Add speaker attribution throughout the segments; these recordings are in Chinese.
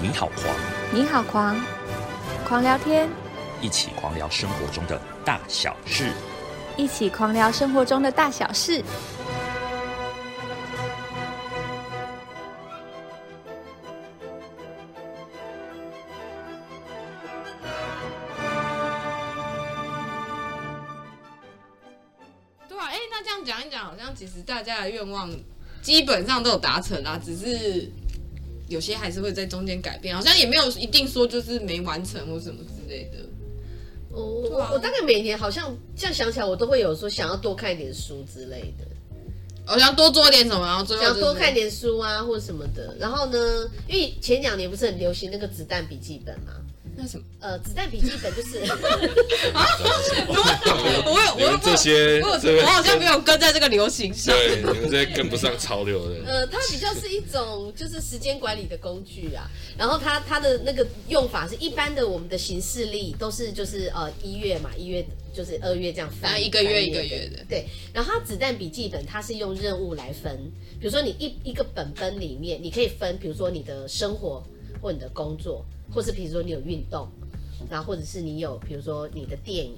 Speaker 1: 你好狂，
Speaker 2: 你好狂，狂聊天，
Speaker 1: 一起狂聊生活中的大小事。
Speaker 2: 一起狂聊生活中的大小事。
Speaker 3: 对啊，哎、那这样讲一讲，好像其实大家的愿望基本上都有达成啦，只是有些还是会在中间改变，好像也没有一定说就是没完成或什么之类的。
Speaker 4: 哦，
Speaker 3: 对啊
Speaker 4: 我我大概每年好像这样想起来，我都会有说想要多看一点书之类的，
Speaker 3: 好像多做点什么，然后最后、
Speaker 4: 想
Speaker 3: 就
Speaker 4: 要
Speaker 3: 是、
Speaker 4: 多看点书啊或什么的。然后呢，因为前两年不是很流行那个子弹笔记本嘛，
Speaker 3: 那 什么。
Speaker 4: 呃，子弹笔记本就 是
Speaker 3: 我有，我
Speaker 5: 你
Speaker 3: 有
Speaker 5: 们这些
Speaker 3: 我有
Speaker 5: 这个
Speaker 3: 我好像没有跟在这个流行上。
Speaker 5: 对，你们这些跟不上潮流的。
Speaker 4: 呃，它比较是一种就是时间管理的工具啊。然后它它的那个用法是一般的，我们的行事历都是就是呃一月嘛，一月就是二月这样
Speaker 3: 啊
Speaker 4: 翻
Speaker 3: 一个月
Speaker 4: 翻
Speaker 3: 一个月的
Speaker 4: 对，然后它子弹笔记本它是用任务来分，比如说你一一个本本里面你可以分，比如说你的生活或你的工作，或是比如说你有运动，然后或者是你有比如说你的电影。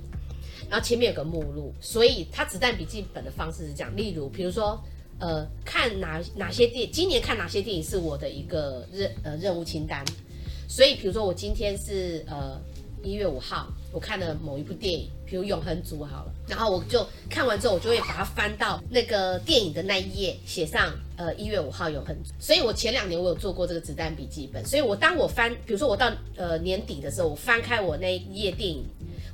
Speaker 4: 然后前面有个目录，所以它子弹笔记本的方式是这样，例如比如说，呃，看哪哪些电，今年看哪些电影是我的一个任呃任务清单，所以比如说我今天是呃一月五号，我看了某一部电影，比如《永恒族》好了，然后我就看完之后，我就会把它翻到那个电影的那一页，写上呃一月五号《永恒族》。所以我前两年我有做过这个子弹笔记本，所以我当我翻，比如说我到呃年底的时候，我翻开我那一页电影，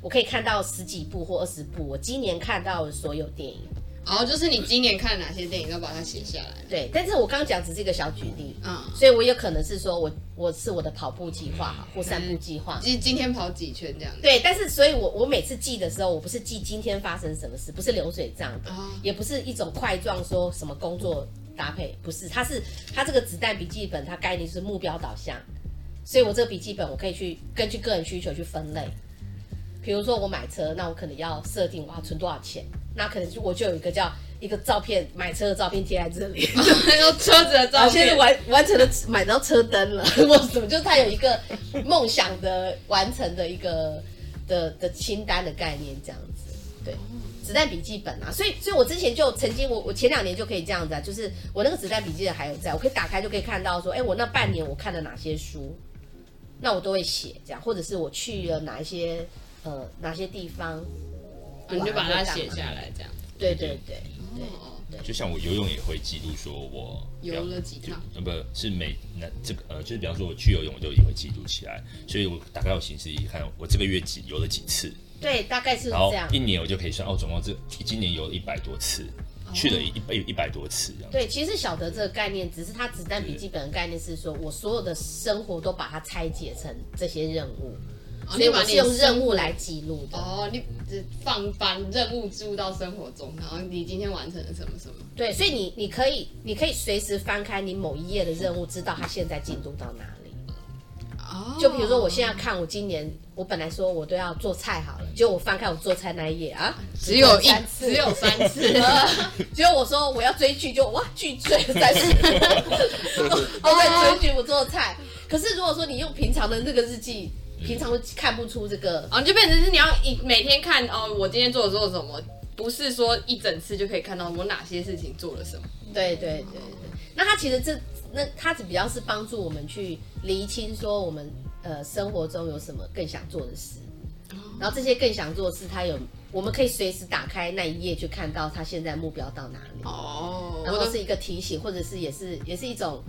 Speaker 4: 我可以看到十几部或二十部我今年看到的所有电影。
Speaker 3: 然后哦就是你今年看了哪些电影，都把它写下来。
Speaker 4: 对，但是我刚刚讲只是一个小举例。
Speaker 3: 嗯，
Speaker 4: 所以我有可能是说我我是我的跑步计划好或散步计划，
Speaker 3: 今今天跑几圈 这样子。
Speaker 4: 对，但是所以我，我每次记的时候，我不是记今天发生什么事，不是流水账的，
Speaker 3: 哦
Speaker 4: 也不是一种块状说什么工作搭配，不是，它是它这个子弹笔记本，它概念是目标导向，所以我这个笔记本我可以去根据个人需求去分类。比如说我买车，那我可能要设定我要存多少钱，那可能就我就有一个叫一个照片买车的照片贴在这里，
Speaker 3: 有车子的
Speaker 4: 然
Speaker 3: 照
Speaker 4: 后现在
Speaker 3: 片，
Speaker 4: 完完成了买到车灯了， 我怎么就是他有一个梦想的完成的一个的的清单的概念这样子，对，子弹笔记本啊，所以所以我之前就曾经我我前两年就可以这样子啊，就是我那个子弹笔记本还有在，我可以打开就可以看到说，哎，我那半年我看了哪些书，那我都会写这样，或者是我去了哪一些呃哪些地方，
Speaker 3: 你就把它写下来这样。
Speaker 4: 对对对，
Speaker 3: 哦，
Speaker 6: 就像我游泳也会记录，说我
Speaker 3: 游了几趟，
Speaker 6: 呃，不是每那这个呃，就是比方说我去游泳，我就也会记录起来，所以我打开我行事历看，我这个月几游了几次，
Speaker 4: 对，大概是
Speaker 6: 然后
Speaker 4: 这样
Speaker 6: 一。年我就可以算哦，总共这今年游了一百多次，去了一一百一百多次这样子。
Speaker 4: 对，其实小德这个概念，只是他子弹笔记本的概念是说，我所有的生活都把它拆解成这些任务，所
Speaker 3: 哦你
Speaker 4: 以我
Speaker 3: 把
Speaker 4: 是
Speaker 3: 你
Speaker 4: 用任务来记录的。
Speaker 3: 哦，你只放把任务注入到生活中，然后你今天完成了什么什么。
Speaker 4: 对，所以你你可以你可以随时翻开你某一页的任务，知道它现在进度到哪里。
Speaker 3: 哦
Speaker 4: 就比如说，我现在看我今年，我本来说我都要做菜好了，结果我翻开我做菜那一页啊，
Speaker 3: 只有一
Speaker 4: 三次
Speaker 3: 只有三次，
Speaker 4: 结果我说我要追剧，就哇剧追了三十分钟，我在追剧，我做菜。可是如果说你用平常的那个日记，平常都看不出这个
Speaker 3: 哦，就变成是你要一每天看哦，我今天做了做了什么，不是说一整次就可以看到我哪些事情做了什么。
Speaker 4: 对对对对，那它其实这那它只比较是帮助我们去厘清说我们呃生活中有什么更想做的事，然后这些更想做的事，它有我们可以随时打开那一页去看到它现在目标到哪里，
Speaker 3: 哦
Speaker 4: 然后是一个提醒，或者是也是也是一种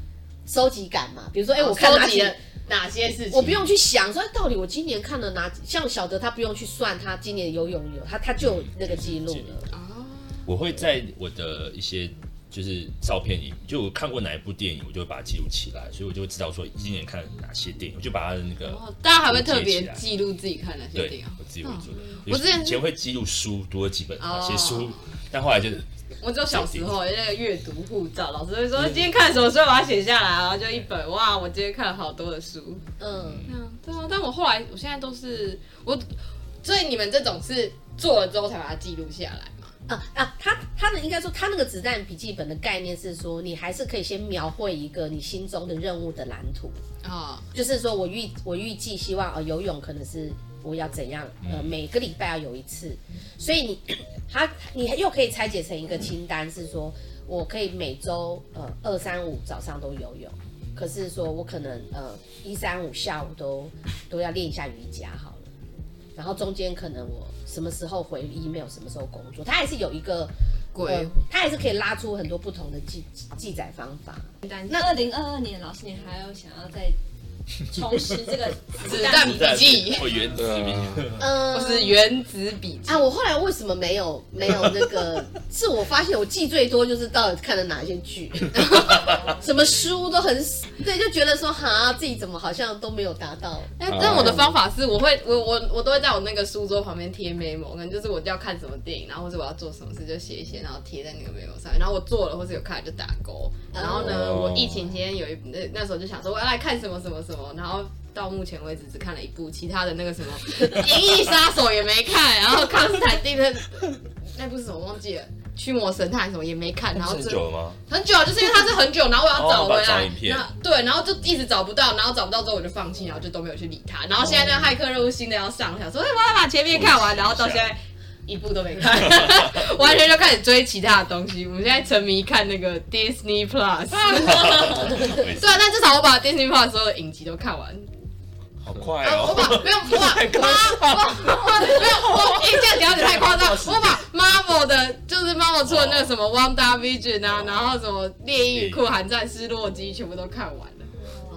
Speaker 4: 收集感嘛。比如说，哎、
Speaker 3: 哎，
Speaker 4: 我
Speaker 3: 我
Speaker 4: 看
Speaker 3: 收
Speaker 4: 哪
Speaker 3: 集
Speaker 4: 几
Speaker 3: 了哪些事情，
Speaker 4: 我不用去想说哎到底我今年看了哪几，像小德他不用去算他今年游泳有他他就有那个记录了，
Speaker 6: 我会在我的一些就是照片里，就我看过哪一部电影，我就会把它记录起来，所以我就会知道说今年看了哪些电影，我就把它的那个
Speaker 3: 哦。大家还会特
Speaker 6: 我记起
Speaker 3: 别
Speaker 6: 来
Speaker 3: 记录自己看哪些
Speaker 6: 对
Speaker 3: 电影。，啊
Speaker 6: 我自己会做的。
Speaker 3: 我之前
Speaker 6: 以前会记录书，读了几本哪些书
Speaker 3: 哦，
Speaker 6: 但后来就是
Speaker 3: 我只有小时候那个阅读护照，老师会说今天看什么书，把它写下来，然后就一本哇，我今天看了好多的书。
Speaker 4: 嗯。
Speaker 3: 嗯，对啊，但我后来，我现在都是我，所以你们这种是做了之后才把它记录下来嘛？
Speaker 4: 呃啊，他他的应该说他那个子弹笔记本的概念是说，你还是可以先描绘一个你心中的任务的蓝图，
Speaker 3: 啊，
Speaker 4: 就是说我预我预计希望呃游泳可能是我要怎样，
Speaker 3: 嗯
Speaker 4: 呃每个礼拜要有一次，所以你 他你又可以拆解成一个清单，是说我可以每周呃二三五早上都游泳，可是说我可能呃一三五下午都都要练一下瑜伽好了，然后中间可能我什么时候回 email，什么时候工作，他还是有一个。
Speaker 3: 规
Speaker 4: 呃，他还是可以拉出很多不同的记记载方法。
Speaker 7: 那二零二二年，老师你还有想要再重拾这个
Speaker 3: 子
Speaker 7: 子
Speaker 3: 弹
Speaker 7: 弹
Speaker 3: 笔记
Speaker 6: 或原子
Speaker 5: 对
Speaker 6: 笔，
Speaker 5: 啊，
Speaker 4: 呃
Speaker 3: 嗯或是原子笔记
Speaker 4: 啊，我后来为什么没有没有那 个？是我发现我记最多就是到底看了哪些 剧，什么书都很少对，就觉得说哈自己怎么好像都没有达到。
Speaker 3: 但哎但我的方法是，我会我我我都会在我那个书桌旁边贴 memo，可能就是我要看什么电影，然后或者我要做什么事就写一写，然后贴在那个 memo 上面。然后我做了或者有看就打勾。然后呢，
Speaker 5: 哦
Speaker 3: 我疫情期间有一那那时候就想说我要来看什么什么什么，然后到目前为止只看了一部，其他的那个什么 《银翼杀手》也没看，然后康斯坦丁的那部是什么忘记了，《驱魔神探》什么也没看，然后
Speaker 6: 很
Speaker 3: 最
Speaker 6: 久了吗？
Speaker 3: 很久，啊就是因为它是很久，然后我要找回
Speaker 6: 哦把它找
Speaker 3: 来
Speaker 6: 影，片
Speaker 3: 那对，然后就一直找不到，然后找不到之后我就放弃，然后就都没有去理它。然后现在那个骇客任务新的要上，我想说，哎，我要把前面看完，然后到现在一部都没 看，完全就开始追其他的东西。我们现在沉迷看那个 Disney Plus，
Speaker 6: 没事
Speaker 3: 对啊，但至少我把 Disney Plus 所有的影集都看完。
Speaker 6: 好快
Speaker 3: 啊我
Speaker 6: 哦！
Speaker 3: 把啊没有我把妈我没有我印象讲有点太夸张，我把 Marvel 的，就是 Marvel 出的那个什么《Wanda Vision》啊，然后什么《猎鹰与酷寒战士》《洛基》全部都看完了。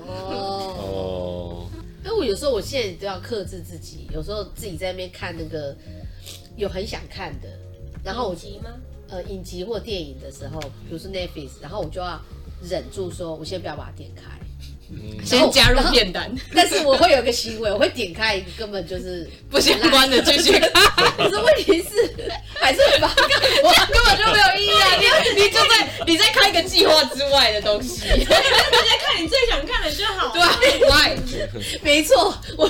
Speaker 4: 哦，
Speaker 5: 哦，
Speaker 4: 因为我有时候我现在都要克制自己，有时候自己在那边看那个有很想看的， 然后我
Speaker 7: 急吗？
Speaker 4: 呃影集或电影的时候，比如说 Netflix，然后我就要忍住说，我先不要把它点开。
Speaker 3: 先加入片单，
Speaker 4: 但是我会有一个行为，我会点开一个根本就是
Speaker 3: 不相关的继续看，
Speaker 4: 可是问题是，还是会把它看完。
Speaker 3: 根本就没有意义啊！你你就在你在看一个计划之外的东西，
Speaker 7: 你在看你最想看的就好。
Speaker 3: 对，why？
Speaker 4: 没错，我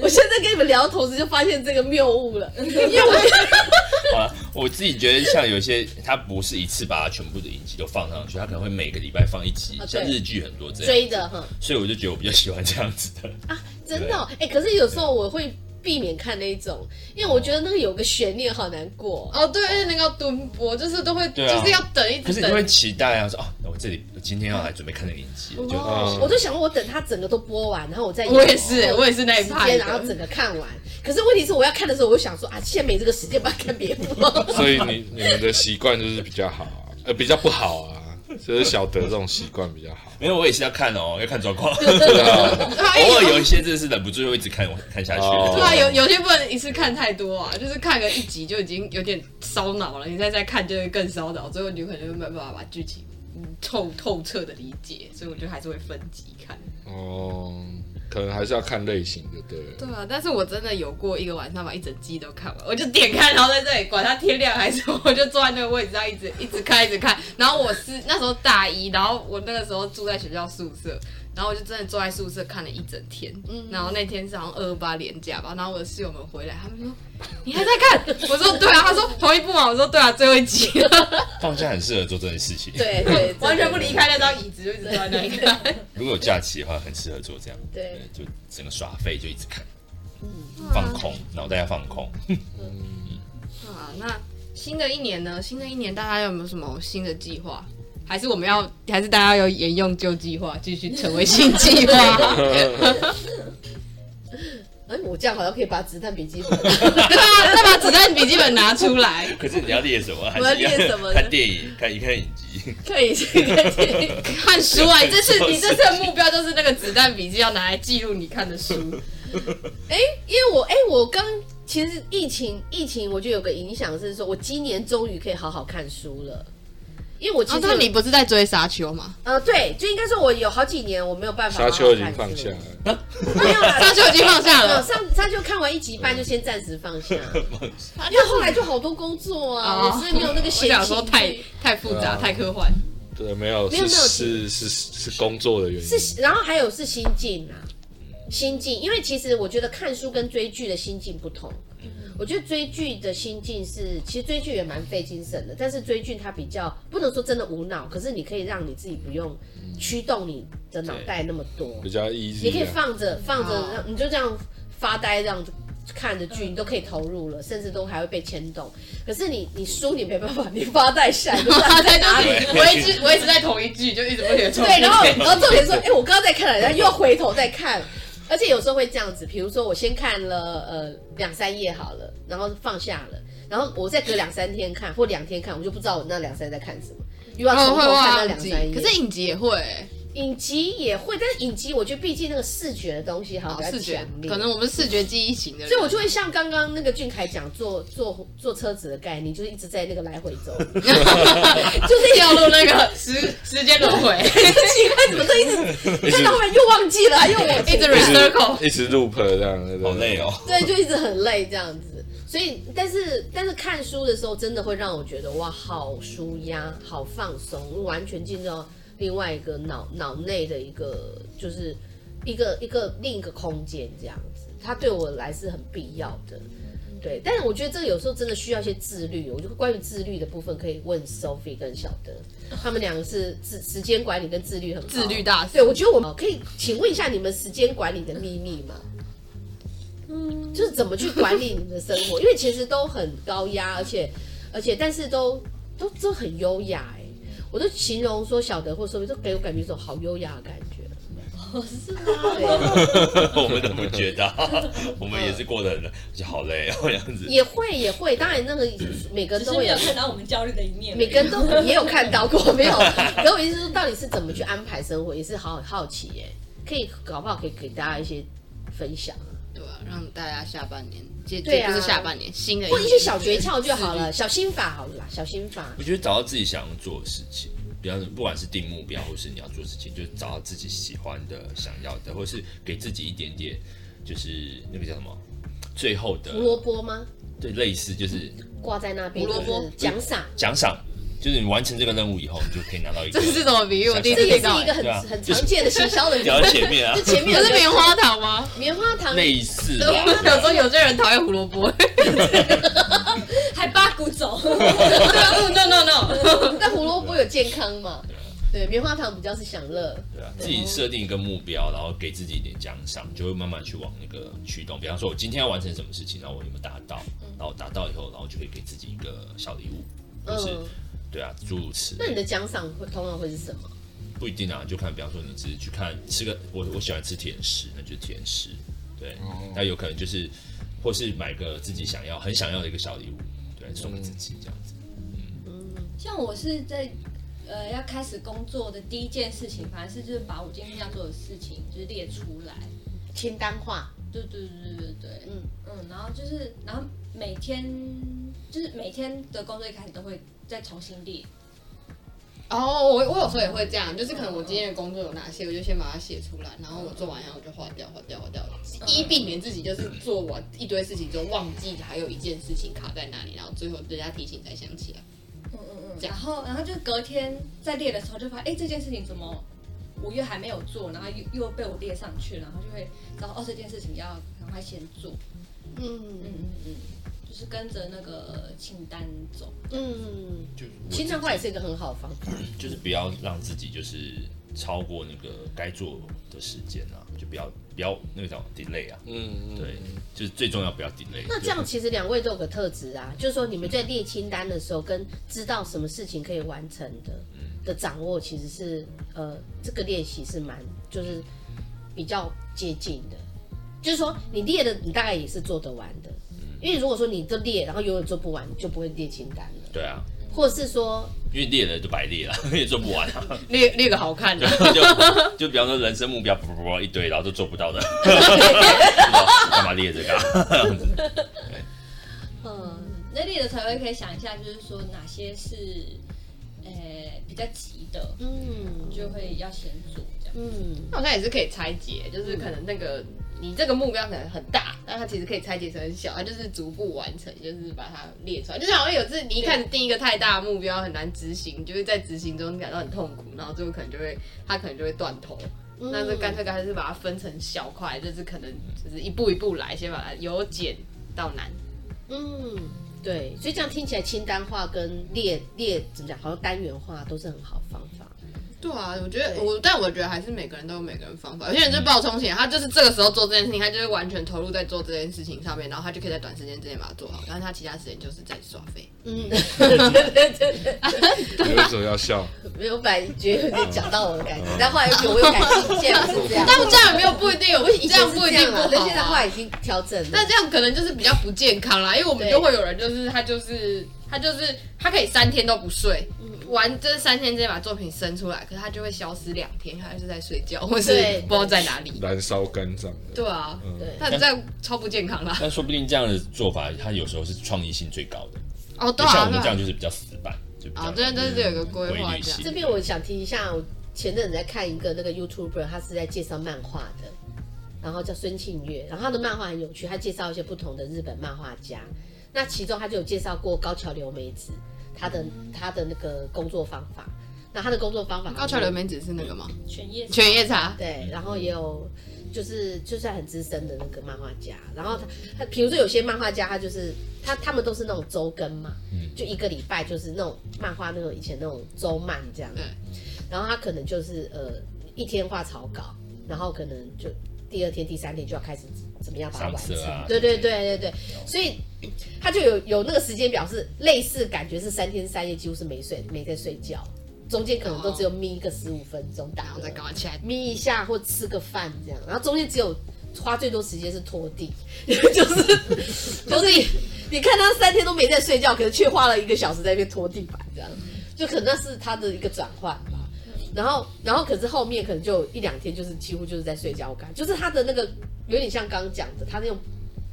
Speaker 4: 我现在跟你们聊投资，就发现这个谬误了，因为我觉得
Speaker 6: 好了，啊我自己觉得像有些，它不是一次把它全部的影集都放上去，它可能会每个礼拜放一集
Speaker 4: 啊，对
Speaker 6: 像日剧很多这样，
Speaker 4: 追的哈
Speaker 6: 所以我就觉得我比较喜欢这样子的。
Speaker 4: 啊，真的哦哎、可是有时候我会避免看那一种，因为我觉得那个有个悬念，好难过。
Speaker 3: 哦，对，而且那个要蹲播，就是都会，就
Speaker 6: 对啊
Speaker 3: 是要等一
Speaker 6: 可
Speaker 3: 直
Speaker 6: 是你
Speaker 3: 等
Speaker 6: 会。期待啊，说哦，那我这里我今天要来准备看那个影集，就
Speaker 5: 哦
Speaker 4: 我都想我等它整个都播完，然后我再
Speaker 3: 我也是，我也是那一
Speaker 4: 时
Speaker 3: 派
Speaker 4: 间，
Speaker 3: 的
Speaker 4: 然后整个看完。可是问题是，我要看的时候，我就想说啊，现在没这个时间，不要看 别部。
Speaker 5: 所以你你们的习惯就是比较好啊，呃，比较不好啊，就是小德这种习惯比较好。
Speaker 6: 没有我也是要看哦，要看状况。
Speaker 5: 对啊，
Speaker 6: 偶尔有一些真的是忍不住会一直看看下去。
Speaker 5: 哦
Speaker 3: 对啊，有有些不能一次看太多啊，就是看个一集就已经有点烧脑了，你再再看就会更烧脑，最后你可能就没办法把剧情嗯透透彻的理解，所以我觉得还是会分级看。
Speaker 5: 哦，可能还是要看类型的， 对了。
Speaker 3: 对啊，但是我真的有过一个晚上把一整季都看完，我就点开，然后在这里管它天亮还是什么，我就坐在那个位置上一直一直看一直看。然后我是 那时候大一，然后我那个时候住在学校宿舍，然后我就真的坐在宿舍看了一整天。然后那天是好像二八连假吧，然后我的室友们回来，他们说你还在看？我说对啊，他说同一部嘛，我说对啊，最后一集了，
Speaker 6: 放假很适合做这件事情。，
Speaker 4: 对对，
Speaker 3: 完全不离开那张椅子，就一直坐在那里 看。
Speaker 6: 如果有假期的话，很适合做这样。
Speaker 4: 对，嗯
Speaker 6: 就整个耍废，就一直看，放空，脑袋要放空。
Speaker 3: 啊，那新的一年呢？新的一年大家有没有什么新的计划？还是我们要，还是大家要沿用旧计划，继续成为新计 划？
Speaker 4: 哎，我这样好像可以把子弹笔记本。
Speaker 3: 对啊，再把子弹笔记本拿出来，
Speaker 6: 可是你要列什么？还是
Speaker 4: 我要列什么呢
Speaker 6: 看电影，看一看影集。
Speaker 4: 可以去看电影。
Speaker 3: 看书啊！你这 次你这次的目标就是那个子弹笔记要拿来记录你看的书。
Speaker 4: 哎、因为我哎、我刚其实疫情疫情，我就有个影响是说，我今年终于可以好好看书了。因为我其
Speaker 3: 哦
Speaker 4: 实，有、
Speaker 3: 但你不是在追沙丘吗？
Speaker 4: 呃，对，就应该说，我有好几年我没有办法好
Speaker 5: 沙
Speaker 4: 好
Speaker 5: 丘已
Speaker 4: 看
Speaker 5: 经放
Speaker 4: 书啊
Speaker 5: 下了，
Speaker 4: 没有 啦
Speaker 3: 沙丘已经放下
Speaker 4: 没有
Speaker 3: 了。
Speaker 4: 上上就看完一集半就先暂时放下， 因为后来就好多工作啊，
Speaker 3: 哦
Speaker 4: 我是没有那个
Speaker 3: 我
Speaker 4: 闲
Speaker 3: 想说
Speaker 4: 情
Speaker 3: 太
Speaker 4: 去
Speaker 3: 太复
Speaker 5: 对
Speaker 3: 杂、
Speaker 5: 啊
Speaker 3: 太科 幻，
Speaker 5: 对，没有，
Speaker 4: 没有没有
Speaker 5: 是是是是是工作的原因，
Speaker 4: 是，然后还有是心境啊，心境，因为其实我觉得看书跟追剧的心境不同。我觉得追剧的心境是，其实追剧也蛮费精神的，但是追剧它比较不能说真的无脑，可是你可以让你自己不用驱动你的脑袋那么多，
Speaker 5: 比较
Speaker 4: 你可以
Speaker 5: easy 啊。
Speaker 4: 放着放着
Speaker 3: 哦，
Speaker 4: 让你就这样发呆这样子看着剧，你都可以投入了，甚至都还会被牵动。可是你你书你没办法，你发呆下 来就烂在哪 里？
Speaker 3: 我一直我一直在同一句，就一直不停地重复
Speaker 4: 对，然后然后重点是说，哎、我刚刚在看了，然后又要回头再看，而且有时候会这样子，比如说我先看了呃两三页好了，然后放下了，然后我再隔两三天看或两天看，我就不知道我那两三天在看什么，又要
Speaker 3: 哦
Speaker 4: 从
Speaker 3: 会
Speaker 4: 头看那
Speaker 3: 忘
Speaker 4: 两
Speaker 3: 记
Speaker 4: 三页。，
Speaker 3: 可是影集也会、
Speaker 4: 影集也会，但是影集我觉得毕竟那个视觉的东西好像
Speaker 3: 好
Speaker 4: 比较
Speaker 3: 哦视觉
Speaker 4: 强，烈，
Speaker 3: 可能我们视觉记忆型的人，
Speaker 4: 所以我就会像刚刚那个俊凯讲坐坐坐车子的概念，就是一直在那个来回走， 就是
Speaker 3: 掉入那个时时间轮回，
Speaker 4: 奇怪怎么都 一直看到后面又忘记了，又我
Speaker 3: 一直
Speaker 5: 一直
Speaker 3: recircle。
Speaker 5: 一直 loop 这样，对不对
Speaker 6: 好累哦。
Speaker 4: 对，就一直很累这样子。所以，但是但是看书的时候，真的会让我觉得哇，好舒压，好放松，完全进入到另外一个脑脑内的一个就是一个一个另一个空间这样子。它对我来是很必要的。对，但是我觉得这个有时候真的需要一些自律。我觉得关于自律的部分，可以问 Sophie 跟小德，他们两个是自时间管理跟自律很 好
Speaker 3: 自律大师
Speaker 4: 对，我觉得我们可以请问一下你们时间管理的秘密吗？嗯，就是怎么去管理你们的生活，因为其实都很高压，而且而且但是都都都很优雅哎、我都形容说小德或 Sophie 都给我感觉一种好优雅的感觉。哦是吗？对。
Speaker 6: 我们都不觉 得啊，我们也是过得很，就好累哦，这样子。
Speaker 4: 也会也会，当然那个每个人
Speaker 7: 只是
Speaker 4: 都会
Speaker 7: 没
Speaker 4: 有
Speaker 7: 有，看到我们焦虑的一面。
Speaker 4: 每个人都也有看到过，没有。 可我意思是说，到底是怎么去安排生活，也是好好奇耶、可以搞不好可以给大家一些分享，
Speaker 3: 对啊，让大家下半年，这
Speaker 4: 对啊
Speaker 3: 这不是下半年，新的
Speaker 4: 或一
Speaker 3: 年
Speaker 4: 些小诀窍就好了，小心法好了啦，小心法。
Speaker 6: 我觉得找到自己想要做的事情，比方说不管是定目标，或是你要做事情，就是找到自己喜欢的、想要的，或是给自己一点点，就是那个叫什么，最后的
Speaker 4: 胡萝卜吗？
Speaker 6: 对类似就是
Speaker 4: 挂在那边，
Speaker 3: 胡萝卜
Speaker 4: 就是奖赏，
Speaker 6: 奖赏，就是你完成这个任务以后，你就可以拿到一个
Speaker 3: 这。是什么比喻？我第一
Speaker 4: 这
Speaker 3: 次
Speaker 4: 也
Speaker 3: 听
Speaker 4: 是
Speaker 3: 到欸
Speaker 4: 一，个很
Speaker 6: 对啊
Speaker 4: 很常见的行销的
Speaker 6: 聊到前面啊
Speaker 4: 就，前面
Speaker 3: 可
Speaker 4: 有
Speaker 3: 是棉花糖 吗？
Speaker 4: 棉花 糖，
Speaker 6: 类似
Speaker 3: 我
Speaker 6: 啊，
Speaker 3: 想说有些人讨厌胡萝 卜。欸
Speaker 7: 还八股走，
Speaker 3: 啊 No no no，
Speaker 4: 但胡萝卜有健康嘛？对，棉花糖比较是享乐。
Speaker 6: 对啊，自己设定一个目标，然后给自己一点奖赏，就会慢慢去往那个驱动。比方说，我今天要完成什么事情，然后我有没有达到，然后达到以后，然后就会给自己一个小礼物，就是、
Speaker 4: 嗯，
Speaker 6: 对啊，诸如此类。
Speaker 4: 那你的奖赏会通常会是什么？
Speaker 6: 不一定啊，就看，比方说你只是去看吃个，我我喜欢吃甜食，那就是甜食，对，那有可能就是或是买个自己想要很想要的一个小礼物，对，送给自己这样子。
Speaker 7: 像我是在呃要开始工作的第一件事情，反而是就是把我今天要做的事情就是列出来。
Speaker 4: 清单化。
Speaker 7: 对对对对对，
Speaker 4: 嗯
Speaker 7: 嗯嗯，然后就是，然后每天就是每天的工作一开始都会再重新列，
Speaker 3: 哦，我我有时候也会这样，就是可能我今天的工作有哪些，我就先把它写出来，然后我做完然后我就划掉划掉划掉，一避免自己就是做完一堆事情之后忘记还有一件事情卡在哪里，然后最后人家提醒才想起来。
Speaker 7: 嗯嗯嗯，
Speaker 3: 这样
Speaker 7: 然后然后就隔天在列的时候就发现，哎，这件事情怎么五月还没有做，然后又又被我列上去，然后就会然后哦这件事情要赶快先做，
Speaker 4: 嗯
Speaker 7: 嗯嗯嗯，就是跟着那个清单走，
Speaker 4: 嗯，
Speaker 6: 就是
Speaker 4: 清单化也是一个很好的方法。
Speaker 6: 就是不要让自己就是超过那个该做的时间啊，就不要不要那个叫 delay 啊，
Speaker 5: 嗯，嗯
Speaker 6: 对，就是最重要不要 delay。
Speaker 4: 那这样其实两位都有个特质啊，就是说你们在列清单的时候，跟知道什么事情可以完成的的掌握，其实是呃这个练习是蛮就是比较接近的。就是说你列的，你大概也是做得完的。因为如果说你都列，然后永远做不完，你就不会列清单了，
Speaker 6: 对啊，
Speaker 4: 或者是说
Speaker 6: 因为列了就白列了， 也做不完啊。
Speaker 3: 列列个好看的，
Speaker 6: 就就比方说人生目标，不不不一堆，然后都做不 到的，不知道干嘛列这个、啊？
Speaker 4: 嗯
Speaker 7: 那列的时候也可以想一下，就是说哪些是呃比较急的，
Speaker 4: 嗯
Speaker 7: 就会要先做这样。
Speaker 4: 嗯
Speaker 3: 好像也是可以拆解，就是可能那个你这个目标可能很大，但它其实可以拆解成很小，它就是逐步完成，就是把它列出来。就是好像有次你一开始定一个太大的目标很难执行，就是在执行中感到很痛苦，然后最后可能就会它可能就会断头。那就干脆干脆把它分成小块，就是可能就是一步一步来，先把它由简到难。
Speaker 4: 嗯，对，所以这样听起来清单化跟列列怎么讲，好像单元化都是很好方法。
Speaker 3: 对啊，我觉得
Speaker 4: 对
Speaker 3: 我，但我觉得还是每个人都有每个人方法。有些人就爆冲起来，他就是这个时候做这件事情，他就是完全投入在做这件事情上面，然后他就可以在短时间之内把它做好，但是他其他时间就是在耍废。
Speaker 4: 嗯， 对对对对，
Speaker 5: 你为什么要笑？
Speaker 4: 没有，我本来觉得有点讲到我的感情，但后来又觉得我有感情线，不是这样。
Speaker 3: 但这样也没有不一定，有不
Speaker 4: 以
Speaker 3: 这
Speaker 4: 前
Speaker 3: 样
Speaker 4: 是
Speaker 3: 不
Speaker 4: 这
Speaker 3: 一定
Speaker 4: 样
Speaker 3: 不
Speaker 4: 啊，但
Speaker 3: 好、
Speaker 4: 现在后
Speaker 3: 啊。
Speaker 4: 来已经调整了。
Speaker 3: 但这样可能就是比较不健康啦，因为我们
Speaker 4: 对
Speaker 3: 就会有人就是他就是他就是他可以三天都不睡，
Speaker 4: 嗯
Speaker 3: 玩这三天之内把作品生出来，可是他就会消失两天，他就是在睡觉，或是
Speaker 4: 对
Speaker 3: 不知道在哪里。
Speaker 5: 燃烧肝脏。
Speaker 3: 对啊，
Speaker 4: 对，
Speaker 3: 那这样超不健康啦。
Speaker 6: 但说不定这样的做法，它有时候是创意性最高的。
Speaker 3: 哦，对
Speaker 6: 就像
Speaker 3: 啊，
Speaker 6: 我
Speaker 3: 对
Speaker 6: 们这样
Speaker 3: 啊。
Speaker 6: 就是比较死板，就比较
Speaker 3: 啊，对，但是有一个规
Speaker 6: 规
Speaker 3: 划
Speaker 6: 律
Speaker 3: 这样
Speaker 6: 性。
Speaker 4: 这边我想提一下，我前阵子在看一个那个 YouTuber，他是在介绍漫画的，然后叫孙庆月，然后他的漫画很有趣，他介绍一些不同的日本漫画家。那其中他就有介绍过高桥留美子，他的他的那个工作方法。那他的工作方法，
Speaker 3: 高桥留美子是那个吗？
Speaker 7: 犬夜叉
Speaker 3: 犬夜叉。
Speaker 4: 对，然后也有就是就算很资深的那个漫画家，然后他他比如说有些漫画家，他就是他他们都是那种周更嘛，
Speaker 6: 嗯
Speaker 4: 就一个礼拜就是那种漫画那种以前那种周漫这样，
Speaker 3: 对
Speaker 4: 然后他可能就是呃一天画草稿，然后可能就第二天、第三天就要开始怎么样把它完成
Speaker 6: 上色啊，
Speaker 4: 对对对对对，所以他就有有那个时间表是类似，感觉是三天三夜几乎是没睡没在睡觉。中间可能都只有眯个十五分钟，打
Speaker 3: 然后
Speaker 4: 个
Speaker 3: 再搞起来，
Speaker 4: 眯一下或吃个饭这样，然后中间只有花最多时间是拖地， 就是就是你你看他三天都没在睡觉，可是却花了一个小时在那边拖地板这样，就可能那是他的一个转换吧。然后然后可是后面可能就有一两天就是几乎就是在睡觉，我感觉就是他的那个有点像刚刚讲的，他那种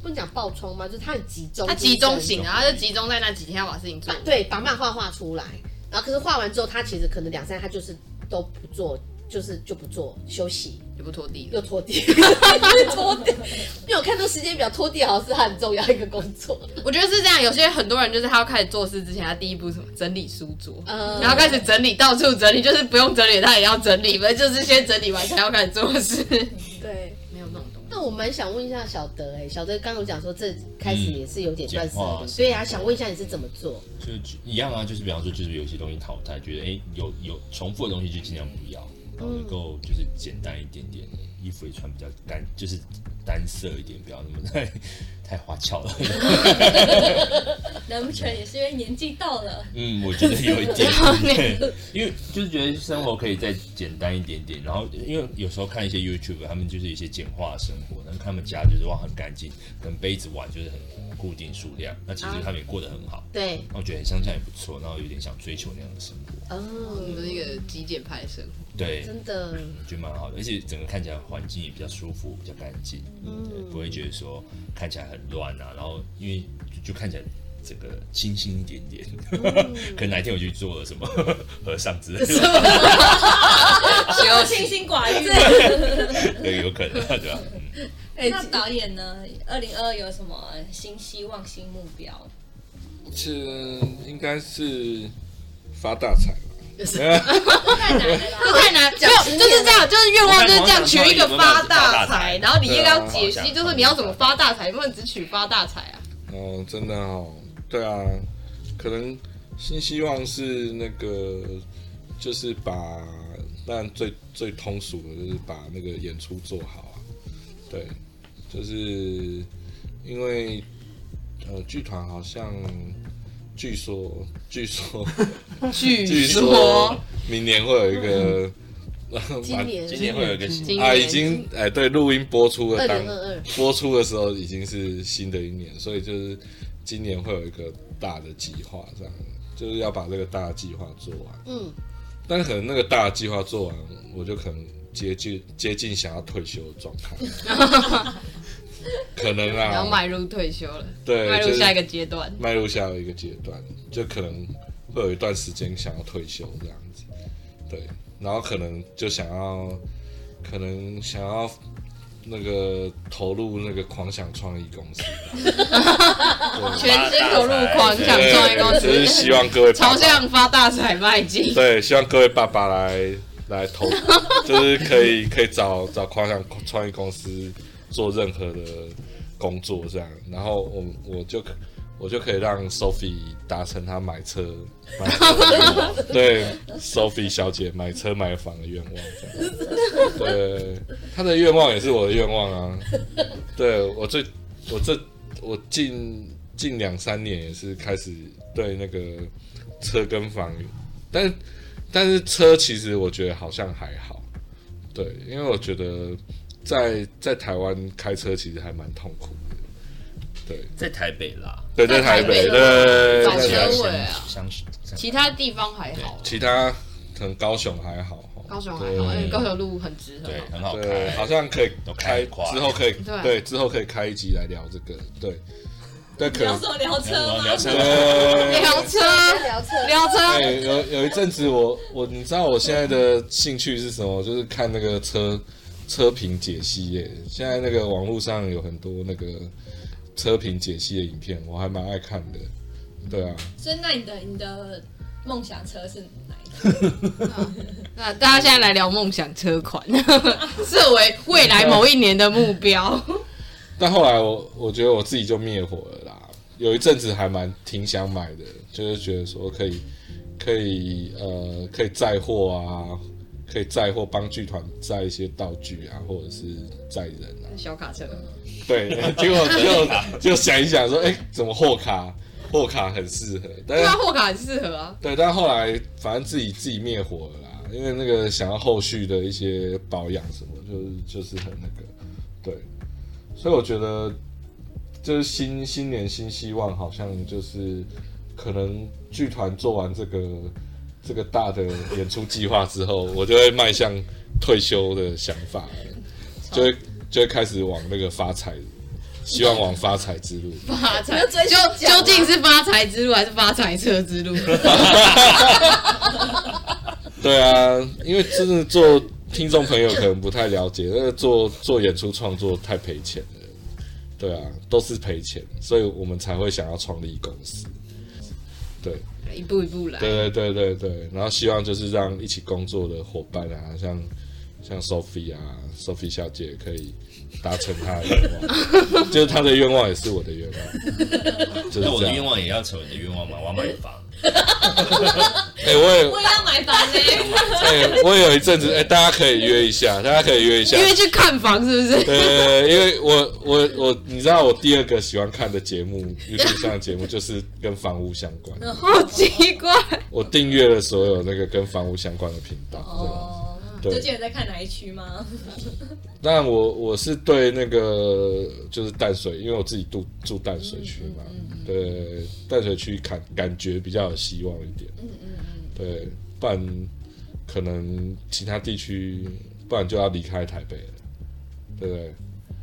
Speaker 4: 不能讲爆冲吗？就是他很集中，
Speaker 3: 他集中
Speaker 4: 精神
Speaker 3: 型，然后啊就集中在那几天要把事情做
Speaker 4: 把。对把漫画画出来，然后可是画完之后，他其实可能两三他就是都不做，就是就不做休息，
Speaker 3: 也不拖地了。
Speaker 4: 又拖地， 拖地，因为我看到时间表，拖地好像是他很重要一个工作。
Speaker 3: 我觉得是这样，有些很多人就是他要开始做事之前，他第一步是什么？整理书桌，
Speaker 4: 嗯
Speaker 3: 然后开始整理，到处整理，就是不用整理他也要整理，反正就是先整理完才要开始做事。
Speaker 4: 对，
Speaker 3: 没有那种东西。
Speaker 4: 那我蛮想问一下小德、哎，小德刚刚有讲说这开始也是有点断舍
Speaker 6: 嗯简化
Speaker 4: 离，对啊，想问一下你是怎么做？
Speaker 6: 就就一样啊，就是比方说，就是有些东西淘汰，觉得哎、诶有有重复的东西就尽量不要，然后能够就是简单一点点，衣服也穿比较干，就是单色一点，不要那么太太花俏了。
Speaker 7: 能不成也是因为年纪到了，
Speaker 6: 嗯，我觉得有一点，对因为就是觉得生活可以再简单一点点。然后因为有时候看一些 YouTube，他们就是一些简化的生活，然后他们家就是哇很干净，可能杯子碗就是很固定数量，那其实他们也过得很好。
Speaker 4: 对，
Speaker 6: 那我觉得像这样也不错，然后有点想追求那样的生活，
Speaker 4: 哦，
Speaker 3: 我们是一个极简派的生活，
Speaker 6: 对，
Speaker 4: 真的，
Speaker 6: 我觉得蛮好的，而且整个看起来环境也比较舒服，比较干净，对，不会觉得说看起来很乱啊，然后因为就就看起来整个清新一点点，可能哪一天我去做了什么和尚之类的，
Speaker 7: 清心寡欲。
Speaker 6: 对，有可能啊对吧、
Speaker 4: 哎、
Speaker 7: 那导演呢？二零二有什么新希望、新目标？
Speaker 5: 是应该是发大财吧？
Speaker 7: 太难了啦！
Speaker 3: 这太难，没有就是这样，就是愿望就是这样，取一个发大财，然后你应该要解析，就是你要怎么发大财，不能只取发大财啊。
Speaker 5: 哦，真的哦，对啊，可能新希望是那个，就是把，当然最最通俗的就是把那个演出做好啊。对，就是因为呃，剧团好像据说 据说
Speaker 3: 据
Speaker 5: 据说明年会有一个，
Speaker 4: 今年
Speaker 6: 今年会有一个
Speaker 3: 今
Speaker 5: 啊，
Speaker 3: 年
Speaker 5: 已经哎，对，录音播出
Speaker 4: 二
Speaker 5: 的当
Speaker 4: 零二二，
Speaker 5: 播出的时候已经是新的一年，所以就是今年会有一个大的计划，这样就是要把这个大的计划做完。
Speaker 4: 嗯，
Speaker 5: 但是可能那个大的计划做完，我就可能接近接近想要退休的状态，可能
Speaker 3: 然后
Speaker 5: 啊，
Speaker 3: 迈入退休了，
Speaker 5: 对，
Speaker 3: 迈入
Speaker 5: 就是
Speaker 3: 下一个阶段。
Speaker 5: 迈入下一个阶段，就可能会有一段时间想要退休这样子，对，然后可能就想要，可能想要那个投入那个狂想创意公司，
Speaker 3: 全心投入 狂想创业公
Speaker 5: 对就是
Speaker 3: 司，
Speaker 5: 希望各位爸爸
Speaker 3: 朝向发大财迈进。
Speaker 5: 对，希望各位爸爸来来投，就是可以可以找找狂想创意公司做任何的工作这样，然后我我就可我就可以让 Sophie 达成她买车、买房的愿望，对 Sophie 小姐买车买房的愿望，这样对她的愿望也是我的愿望啊。对我最我这我近近两三年也是开始对那个车跟房，但但是车其实我觉得好像还好，对，因为我觉得在在台湾开车其实还蛮痛苦的，对。
Speaker 6: 在台北啦，
Speaker 5: 对，在台北，对，
Speaker 3: 早
Speaker 5: 在台
Speaker 3: 车
Speaker 5: 北
Speaker 3: 尾啊，
Speaker 6: 相信
Speaker 3: 其他地方还好，
Speaker 5: 其他可能高雄还好，
Speaker 3: 高雄还好，因为高雄路很直，很
Speaker 6: 对
Speaker 3: 好。
Speaker 6: 很好
Speaker 5: 对，
Speaker 6: 开，
Speaker 5: 好像可以
Speaker 6: 都开
Speaker 5: 开
Speaker 6: 快
Speaker 5: 之后可以
Speaker 3: 对
Speaker 5: 对之后可以开一集来聊这个，对，但可
Speaker 7: 聊
Speaker 5: 能
Speaker 7: 什么聊车
Speaker 6: 然后
Speaker 7: 吗？
Speaker 6: 聊车，
Speaker 5: 对，
Speaker 3: 聊车，
Speaker 4: 聊车，
Speaker 3: 聊车，
Speaker 5: 哎，有有一阵子我我你知道我现在的兴趣是什么？就是看那个车车评解析耶，现在那个网络上有很多那个车评解析的影片，我还蛮爱看的，对啊，
Speaker 7: 所以那你的你的梦想车是哪一 台？
Speaker 3: 那大家现在来聊梦想车款， 设为未来某一年的目 标。
Speaker 5: 但后来我我觉得我自己就灭火了啦。有一阵子还蛮挺想买的，就是觉得说可以可以呃可以载货啊，可以载货帮剧团载一些道具啊，或者是载人啊。
Speaker 3: 小卡车，
Speaker 5: 对，结果就就想一想说，哎、怎么货卡货卡很适合，但
Speaker 3: 对
Speaker 5: 是
Speaker 3: 啊，货卡很适合啊。
Speaker 5: 对，但后来反正自己自己灭火了啦，因为那个想要后续的一些保养什么，就是就是很那个，对，所以我觉得就是新新年新希望，好像就是可能剧团做完这个这个大的演出计划之后，我就会迈向退休的想法了，就会就会开始往那个发财，希望往发财之路。
Speaker 3: 发财，
Speaker 5: 哎
Speaker 3: 究
Speaker 5: 啊
Speaker 3: 究竟是发财之路还是发财车之 路？
Speaker 5: 对啊，因为真的做听众朋友可能不太了解， 那个做做演出创作太赔钱了。对啊，都是赔钱，所以我们才会想要创立公司。对，
Speaker 3: 一步一步来。
Speaker 5: 对对对对对，然后希望就是让一起工作的伙伴啊，像像 Sophie 啊，Sophie 小姐可以达成她的愿望， 就是她的愿望也是我的愿望，就是
Speaker 6: 那我
Speaker 5: 这
Speaker 6: 的愿
Speaker 5: 样。
Speaker 6: 望也要成为你的愿望吗？我要买房，
Speaker 5: 哎、我也
Speaker 7: 我也要买房欸嘞！
Speaker 5: 哎、我也有一阵子哎、大家可以约一下，大家可以约一下，
Speaker 3: 因为去看房是不 是？
Speaker 5: 对，呃因为我我我，你知道我第二个喜欢看的节目，YouTube 上的节目就是跟房屋相关。
Speaker 3: 好奇怪，
Speaker 5: 我订阅了所有那个跟房屋相关的频道。
Speaker 7: 哦，
Speaker 5: 对
Speaker 7: 最近有在看哪一区吗？
Speaker 5: 这样但我我是对那个就是淡水，因为我自己住住淡水区嘛，对淡水区感感觉比较有希望一点。嗯嗯嗯。对，不然可能其他地区，不然就要离开台北了，对不对？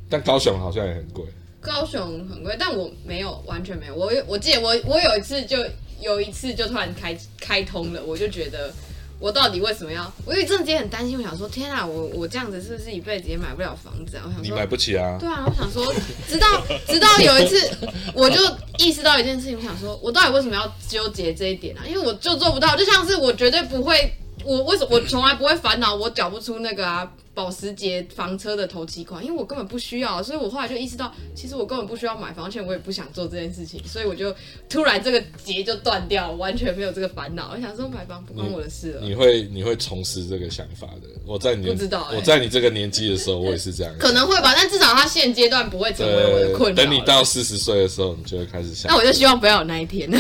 Speaker 5: 但高雄好像也很贵。
Speaker 3: 高雄很贵，但我没有，完全没有。我有我记得我我有一次就有一次就突然开开通了，我就觉得我到底为什么要？我有一阵子也很担心，我想说天啊，我我这样子是不是一辈子也买不了房子啊？我想
Speaker 5: 你
Speaker 3: 说
Speaker 5: 买不起啊？
Speaker 3: 对啊，我想说，直到直到有一次，我就意识到一件事情，我想说，我到底为什么要纠结这一点啊？因为我就做不到，就像是我绝对不会，我为什么我从来不会烦恼我缴不出那个啊保时捷房车的头期款，因为我根本不需要，啊所以我后来就意识到，其实我根本不需要买房，而且我也不想做这件事情，所以我就突然这个结就断掉了，完全没有这个烦恼。我想说，买房不关我的事了。
Speaker 5: 你会你会重拾这个想法的。我在你的
Speaker 3: 不知道欸
Speaker 5: 我在你这个年纪的时候，我也是这样。
Speaker 3: 可能会吧，但至少它现阶段不会成为我的困
Speaker 5: 对，
Speaker 3: 扰。
Speaker 5: 等你，到四十岁的时候，你就会开始想
Speaker 3: 那。我就希望不要有那一天。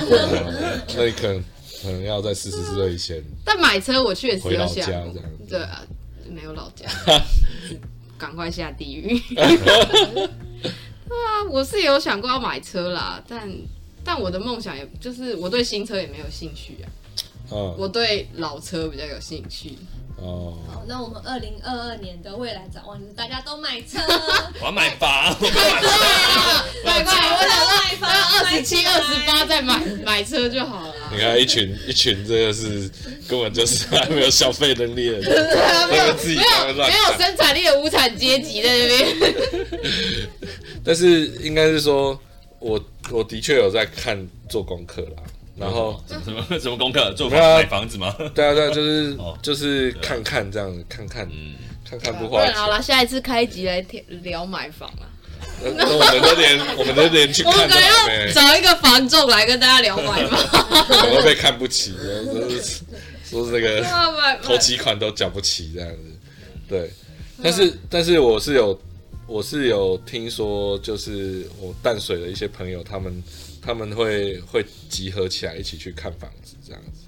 Speaker 5: 那你可能可能要在四十岁以前
Speaker 3: 但买车我确实
Speaker 5: 回
Speaker 3: 有
Speaker 5: 老家
Speaker 3: 想
Speaker 5: 这样
Speaker 3: 过，。对啊，没有老 家，赶快下地狱。对啊，我是有想过要买车啦，但但我的梦想也就是我对新车也没有兴趣啊，
Speaker 5: 嗯，
Speaker 3: 我对老车比较有兴 趣。
Speaker 5: 哦，
Speaker 7: 好，那我们二零二二年的未来展望就是大家都买 车，
Speaker 6: 我要买房，
Speaker 3: 对啊，快快，我想 说
Speaker 7: 买房，
Speaker 3: 二十七、二十八再买买车就好 了。
Speaker 5: 你看一群一群，这个是根本就是 还没有消费能力的人，
Speaker 3: 对啊， 没有
Speaker 5: 那个自己
Speaker 3: 没
Speaker 5: 在那
Speaker 3: 有
Speaker 5: 乱
Speaker 3: 没有生产力的无产阶级在那 边。
Speaker 5: 但是应该是说，我我的确有在看做功课啦，然后。
Speaker 6: 什么什么什么功课？做房
Speaker 5: 没有啊
Speaker 6: 买房子吗？
Speaker 5: 对啊，对啊，就是
Speaker 6: 哦
Speaker 5: 就是看看这样，看看
Speaker 6: 嗯，
Speaker 5: 看看不
Speaker 3: 不
Speaker 5: 花
Speaker 3: 然
Speaker 5: 钱
Speaker 3: 好。啦，下一次开集来聊买房啊。
Speaker 5: 呃那那我们都连我们都连去
Speaker 3: 我们
Speaker 5: 看
Speaker 3: 可
Speaker 5: 都
Speaker 3: 能
Speaker 5: 没
Speaker 3: 要，找一个房仲来跟大家聊买 房，
Speaker 5: 我们会被看不起，都是 说这个
Speaker 3: 对啊买
Speaker 5: 头几款都缴不起这样子。对，但是
Speaker 3: 嗯
Speaker 5: 但是我是有我是有听说，就是我淡水的一些朋友，他们他们会会集合起来一起去看房子这样子，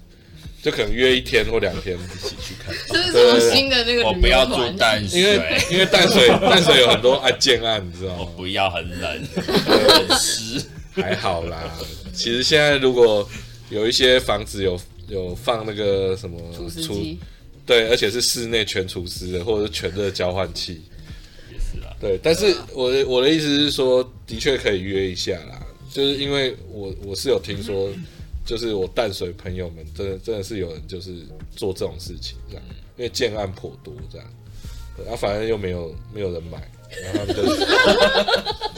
Speaker 5: 就可能约一天或两天。
Speaker 6: 一起去看。
Speaker 3: 这是什么新的那个
Speaker 6: 我
Speaker 3: 旅
Speaker 6: 哦不要
Speaker 3: 游
Speaker 6: 住
Speaker 3: 团？
Speaker 6: 淡
Speaker 5: 因为
Speaker 6: 水，
Speaker 5: 因为淡水淡水有很多案件案，你知道
Speaker 6: 我
Speaker 5: 吗？
Speaker 6: 哦不要很 冷，很湿。
Speaker 5: 还好啦。其实现在如果有一些房子有有放那个什么
Speaker 3: 厨师机，
Speaker 5: 对，而且是室内全除湿的，或者是全热交换器。
Speaker 6: 也是啊，
Speaker 5: 对，但是我的我的意思是说，的确可以约一下啦，就是因为我我是有听说，就是我淡水朋友们真的真的是有人就是做这种事情这样，因为建案颇多这样，对，然、后反正又没有没有人买，然后他们就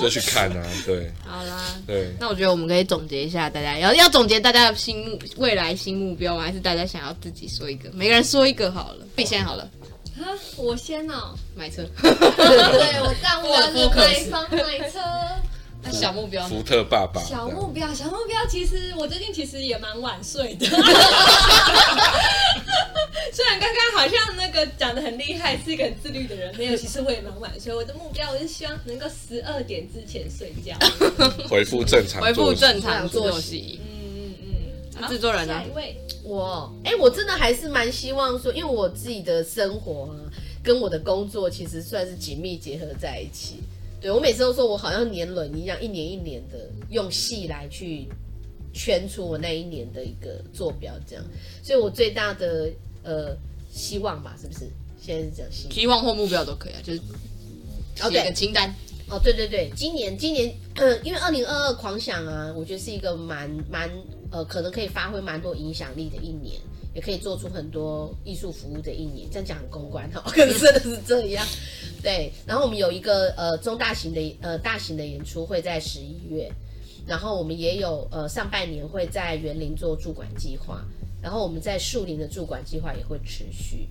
Speaker 5: 就去看啊，对
Speaker 3: 好啦。
Speaker 5: 对，
Speaker 3: 那我觉得我们可以总结一下，大家要要总结大家的新目未来新目标吗？还是大家想要自己说一个，每个人说一个好了。B 先好了，
Speaker 7: 啊， 我先哦、
Speaker 3: 买 车。
Speaker 7: 对我但我是买房买车。
Speaker 3: 小目标呢
Speaker 5: 福特爸爸，
Speaker 7: 小目标，小目标，其实我最近其实也蛮晚睡的。 虽然刚刚好像那个讲的很厉害，是一个很自律的人，没有，其实我也蛮晚睡。我的目标，我是希望能够十二点之前睡觉。
Speaker 5: 恢复正常，
Speaker 3: 恢复正常作
Speaker 4: 作
Speaker 3: 息。
Speaker 7: 嗯嗯嗯。
Speaker 3: 那制作人呢
Speaker 7: 好下一位，
Speaker 4: 我哎、我真的还是蛮希望说，因为我自己的生活啊，跟我的工作其实算是紧密结合在一起。对我每次都说我好像年轮一样，一年一年的用戏来去圈出我那一年的一个坐标，这样。所以我最大的呃希望吧，是不是？现在是讲希望。
Speaker 3: 希望或目标都可以啊，就是
Speaker 4: 哦
Speaker 3: 写个
Speaker 4: 对
Speaker 3: 清单。
Speaker 4: 哦，对对对，今年今年，呃、因为二零二二狂想啊，我觉得是一个蛮蛮呃，可能可以发挥蛮多影响力的一年，也可以做出很多艺术服务的一年。这样讲很公关哈、哦， 可是真的是这样。对，然后我们有一个呃中大型的呃大型的演出会在十一月，然后我们也有呃上半年会在园林做驻馆计划，然后我们在树林的驻馆计划也会持续。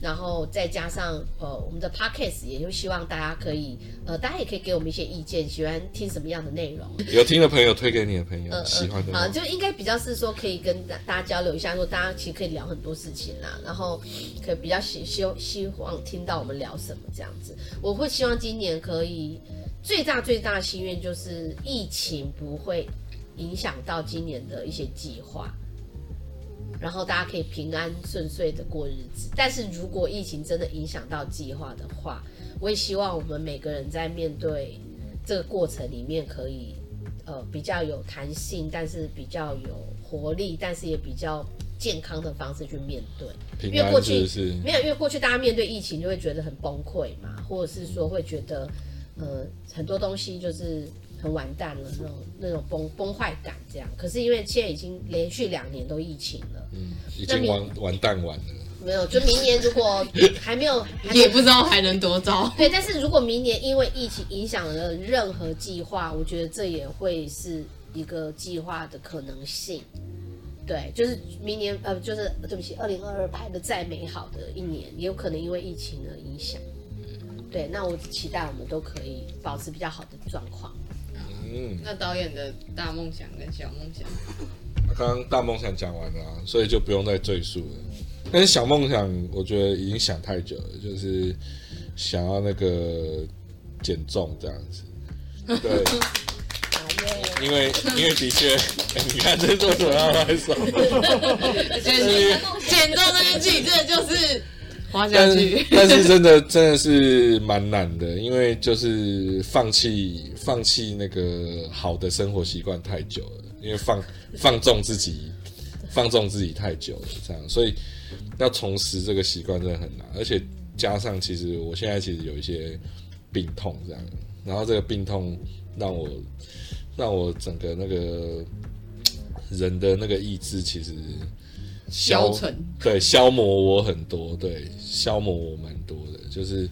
Speaker 4: 然后再加上呃我们的 podcast，也就希望大家可以呃大家也可以给我们一些意见，喜欢听什么样的内容。
Speaker 5: 有听的朋友推给你的朋友，
Speaker 4: 呃
Speaker 5: 喜欢的
Speaker 4: 啊、呃
Speaker 5: 朋友
Speaker 4: 就应该比较是说可以跟大大家交流一下，说大家其实可以聊很多事情啦，然后可以比较希希希望听到我们聊什么这样子。我会希望今年可以最大最大的心愿就是疫情不会影响到今年的一些计划。然后大家可以平安顺遂的过日子，但是如果疫情真的影响到计划的话，我也希望我们每个人在面对这个过程里面可以呃比较有弹性，但是比较有活力，但是也比较健康的方式去面对。
Speaker 5: 平
Speaker 4: 因为过
Speaker 5: 安
Speaker 4: 去
Speaker 5: 是不是？
Speaker 4: 没有，因为过去大家面对疫情就会觉得很崩溃嘛，或者是说会觉得呃很多东西就是很完蛋了那种那种崩崩坏感这样。可是因为现在已经连续两年都疫情了，
Speaker 5: 嗯，已经完完蛋完了。
Speaker 4: 没有，就明年如果还没有还没有
Speaker 3: 也不知道还能多糟。
Speaker 4: 对，但是如果明年因为疫情影响了任何计划，我觉得这也会是一个计划的可能性。对，就是明年呃，就是呃对不起，二零二二排的再美好的一年，也有可能因为疫情而影响。对，那我期待我们都可以保持比较好的状况。
Speaker 5: 嗯，
Speaker 3: 那导演的大梦想跟小梦想，
Speaker 5: 刚刚大梦想讲完了啊、所以就不用再赘述了。但是小梦想，我觉得已经想太久了，就是想要那个减重这样 子。对，因为因为的确， 你看这是为什么要拍 手？
Speaker 3: 减减重这件事情真的就是花下
Speaker 5: 但
Speaker 3: 去
Speaker 5: 是。 但是真的真的是蛮难的，因为就是放弃放弃那个好的生活习惯太久了，因为放放纵自己放纵自己太久了，这样，所以要重拾这个习惯真的很难，而且加上其实我现在其实有一些病痛这样，然后这个病痛让我让我整个那个人的那个意志其实消
Speaker 3: 消沉，
Speaker 5: 对，消磨我很多，对，消磨我蛮多的，就是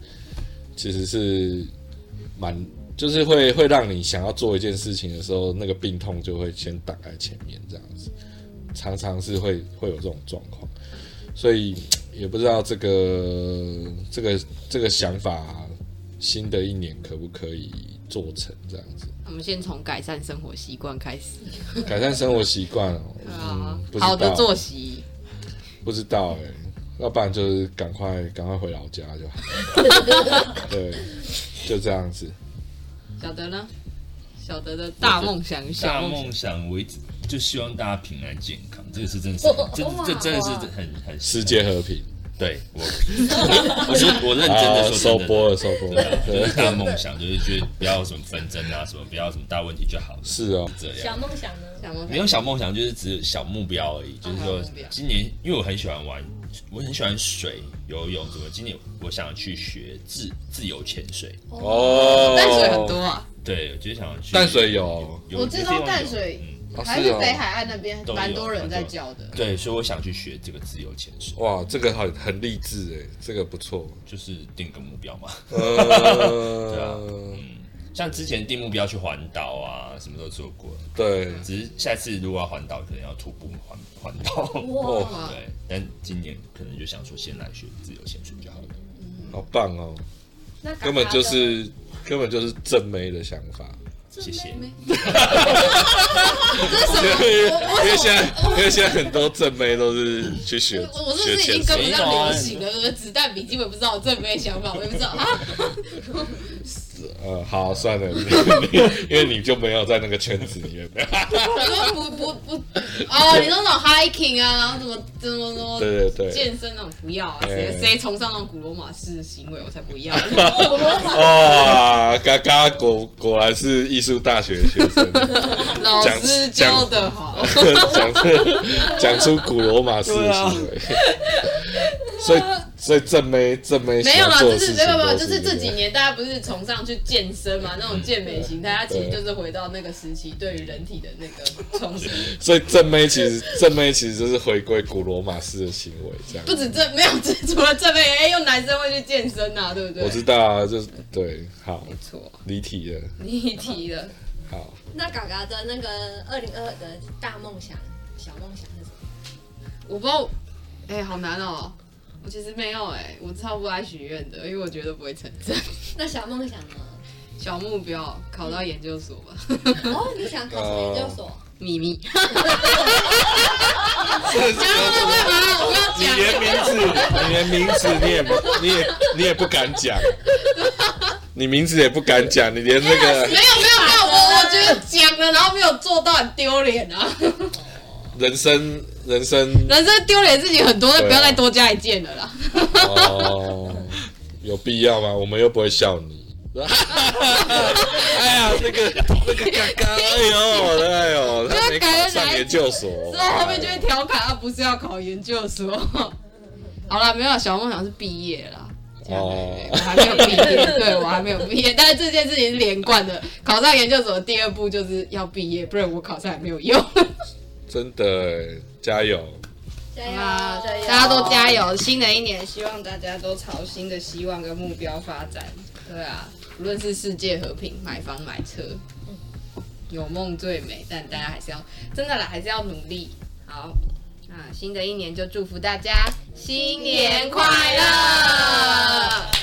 Speaker 5: 其实是蛮，就是会会让你想要做一件事情的时候，那个病痛就会先挡在前面，这样子，常常是会会有这种状况，所以也不知道这个这个这个想法新的一年可不可以做成这样子？
Speaker 3: 我们先从改善生活习惯开始
Speaker 5: 改善生活习惯哦。
Speaker 3: 啊
Speaker 5: 嗯，不知道
Speaker 3: 好的作息，
Speaker 5: 不知道哎、要不然就是赶快赶快回老家就 好。对，就这样子。
Speaker 3: 小德呢？小德的大梦想与小
Speaker 6: 大
Speaker 3: 梦想，
Speaker 6: 梦想，我一直就希望大家平安健康，这个是真的是，这这真的是很很
Speaker 5: 世界和平。
Speaker 6: 对我，我说我认真的
Speaker 5: 啊
Speaker 6: 说真
Speaker 5: 收
Speaker 6: 的，
Speaker 5: 播了，收 播了。
Speaker 6: 就
Speaker 5: 对，
Speaker 6: 是大梦想，就是觉得不要有什么纷争啊，什么不要有什么大问题就好了，
Speaker 5: 是哦，
Speaker 6: 这样
Speaker 7: 小。梦想呢？
Speaker 3: 小梦
Speaker 6: 没
Speaker 3: 想
Speaker 6: 有小梦想，就是只有小目标而已。就是说
Speaker 3: 哦小目标，
Speaker 6: 今年因为我很喜欢玩，我很喜欢水游泳什么。今年我想去学自自由潜水，
Speaker 5: 哦，
Speaker 3: 淡水很多，啊，
Speaker 6: 对，我就是想去
Speaker 5: 淡水有，
Speaker 6: 有
Speaker 8: 我
Speaker 6: 有
Speaker 8: 知
Speaker 6: 地
Speaker 8: 道
Speaker 6: 方
Speaker 8: 淡
Speaker 6: 有
Speaker 8: 水
Speaker 6: 嗯
Speaker 5: 哦
Speaker 8: 还
Speaker 5: 是
Speaker 8: 是
Speaker 5: 哦啊
Speaker 8: 北海岸那边
Speaker 6: 都有
Speaker 8: 蛮多人在叫的。
Speaker 6: 对，所以我想去学这个自由潜水，
Speaker 5: 哇，这个很很励志哎，这个不 错。
Speaker 6: 就是定个目标嘛。 啊
Speaker 5: 呃，
Speaker 6: 像之前定目标去环岛啊，什么都做过，
Speaker 5: 对，
Speaker 6: 只是下次如果要环岛，可能要徒步环环岛。
Speaker 5: 哦，
Speaker 6: 对，但今年可能就想说先来学自由潜水就好了。
Speaker 5: 好棒哦，
Speaker 7: 那嘎嘎
Speaker 5: 根本就
Speaker 7: 的
Speaker 5: 是根本就是正妹的想法。
Speaker 6: 谢谢。
Speaker 5: 因为现在，因为现在很多正妹都是去学
Speaker 3: 我我是
Speaker 5: 学
Speaker 3: 不是已经
Speaker 5: 潜
Speaker 3: 跟
Speaker 5: 水，
Speaker 3: 不上流行了？我的子弹笔记本不知道我正面想法，我也不知道 啊。
Speaker 5: 呃，好，算了，你你因为你就没有在那个圈子里面，
Speaker 3: 你说不不不，哦，你说那种 hiking 啊，然后怎么怎么怎么，
Speaker 5: 对对对
Speaker 3: 健身那种不要啊，谁
Speaker 5: 对
Speaker 3: 谁崇尚那种古罗马式的行为，我才不 要。
Speaker 5: 哇，嘎嘎果果然是艺术大学的学生，
Speaker 3: 老师教的好，
Speaker 5: 讲出讲出古罗马式的
Speaker 3: 啊
Speaker 5: 行为，所以所以正妹正妹
Speaker 3: 没有啦，
Speaker 5: 喜欢做
Speaker 3: 就
Speaker 5: 的
Speaker 3: 是
Speaker 5: 事
Speaker 3: 没
Speaker 5: 情嗯
Speaker 3: 有没有，
Speaker 5: 都
Speaker 3: 就是这
Speaker 5: 个
Speaker 3: 几年大家不是崇尚去健身嘛，那种健美形态，它其实就是回到那个时
Speaker 5: 嗯
Speaker 3: 期对于人体的那个重新。
Speaker 5: 所以正妹其实正妹其实就是回归古罗马式的行为，这样
Speaker 3: 不止这没有，这除了这边，哎，又男生会去健身呐，对不对？
Speaker 5: 我知道啊，就是对，好
Speaker 3: 没错，
Speaker 5: 离题了，
Speaker 3: 你提了。
Speaker 5: 好，
Speaker 7: 那嘎嘎的那个二零二二的大梦想、小梦想是什么？
Speaker 3: 我不知道，哎、好难哦、我其实没有哎、我超不爱许愿的，因为我觉得不会成真。
Speaker 7: 那小梦想 呢？
Speaker 3: 小目标，考到研究所吧，
Speaker 7: 哦，你想考什么研究所？
Speaker 3: 秘密。 不 要不要不
Speaker 5: 这
Speaker 3: 要我不要
Speaker 5: 你
Speaker 3: 讲，
Speaker 5: 连名字，你连名字你也你也你也不敢讲，你名字也不敢讲，你连那
Speaker 3: 没
Speaker 5: 个
Speaker 3: 有没有没有，我我觉得讲了，然后没有做到很丢脸啊。
Speaker 5: 人生人生
Speaker 3: 人生丢脸的事情很多，那
Speaker 5: 对啊
Speaker 3: 不要再多加一件了 啦。
Speaker 5: 哦，有必要吗？我们又不会笑你。哎呀，那个那个嘎嘎，哎呦，哎呦，他没考上研究所，
Speaker 3: 之后后面就会调侃，啊，不是要考研究所。 好啦，没有啊小梦想是毕业啦。这样
Speaker 5: 哦
Speaker 3: 我还没有毕 业，对我还没有毕业，但是这件事情是连贯的。考上研究所的第二步就是要毕业，不然我考上也没有用。
Speaker 5: 真的哎加油！
Speaker 7: 加
Speaker 3: 啊
Speaker 7: 油，加油！
Speaker 3: 大家都加油！新的一年，希望大家都朝新的希望跟目标发展。对啊，无论是世界和平、买房买车，
Speaker 7: 嗯
Speaker 3: 有梦最美，但大家还是要真的啦，还是要努力。好，那新的一年就祝福大家新年快乐。